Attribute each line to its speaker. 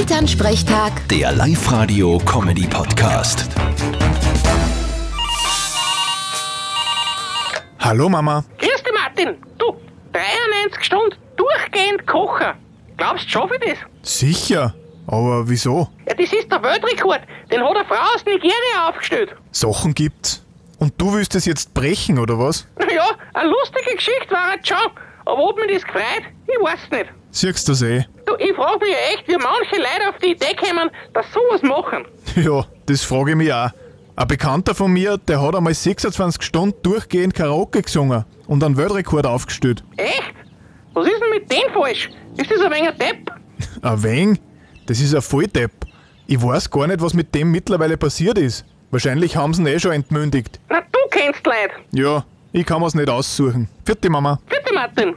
Speaker 1: Elternsprechtag,
Speaker 2: Der Live-Radio-Comedy-Podcast.
Speaker 3: Hallo Mama.
Speaker 4: Grüß dich, Martin. Du, 93 Stunden durchgehend kochen. Glaubst du, schaffe ich das?
Speaker 3: Sicher. Aber wieso?
Speaker 4: Ja, das ist der Weltrekord. Den hat eine Frau aus Nigeria aufgestellt.
Speaker 3: Sachen gibt's. Und du willst es jetzt brechen, oder was?
Speaker 4: Naja, eine lustige Geschichte war es schon. Aber ob mir das gefreut, ich weiß nicht.
Speaker 3: Siehst du's eh.
Speaker 4: Du, ich frage mich ja echt, wie manche Leute auf die Idee kommen, dass sowas machen.
Speaker 3: Ja, das frage ich mich auch. Ein Bekannter von mir, der hat einmal 26 Stunden durchgehend Karaoke gesungen und einen Weltrekord aufgestellt.
Speaker 4: Echt? Was ist denn mit dem falsch? Ist das ein wenig ein Depp?
Speaker 3: Ein wenig? Das ist ein Volldepp. Ich weiß gar nicht, was mit dem mittlerweile passiert ist. Wahrscheinlich haben sie ihn eh schon entmündigt.
Speaker 4: Na, du kennst Leute.
Speaker 3: Ja, ich kann mir's nicht aussuchen. Vierte Mama.
Speaker 4: Bitte, Martin.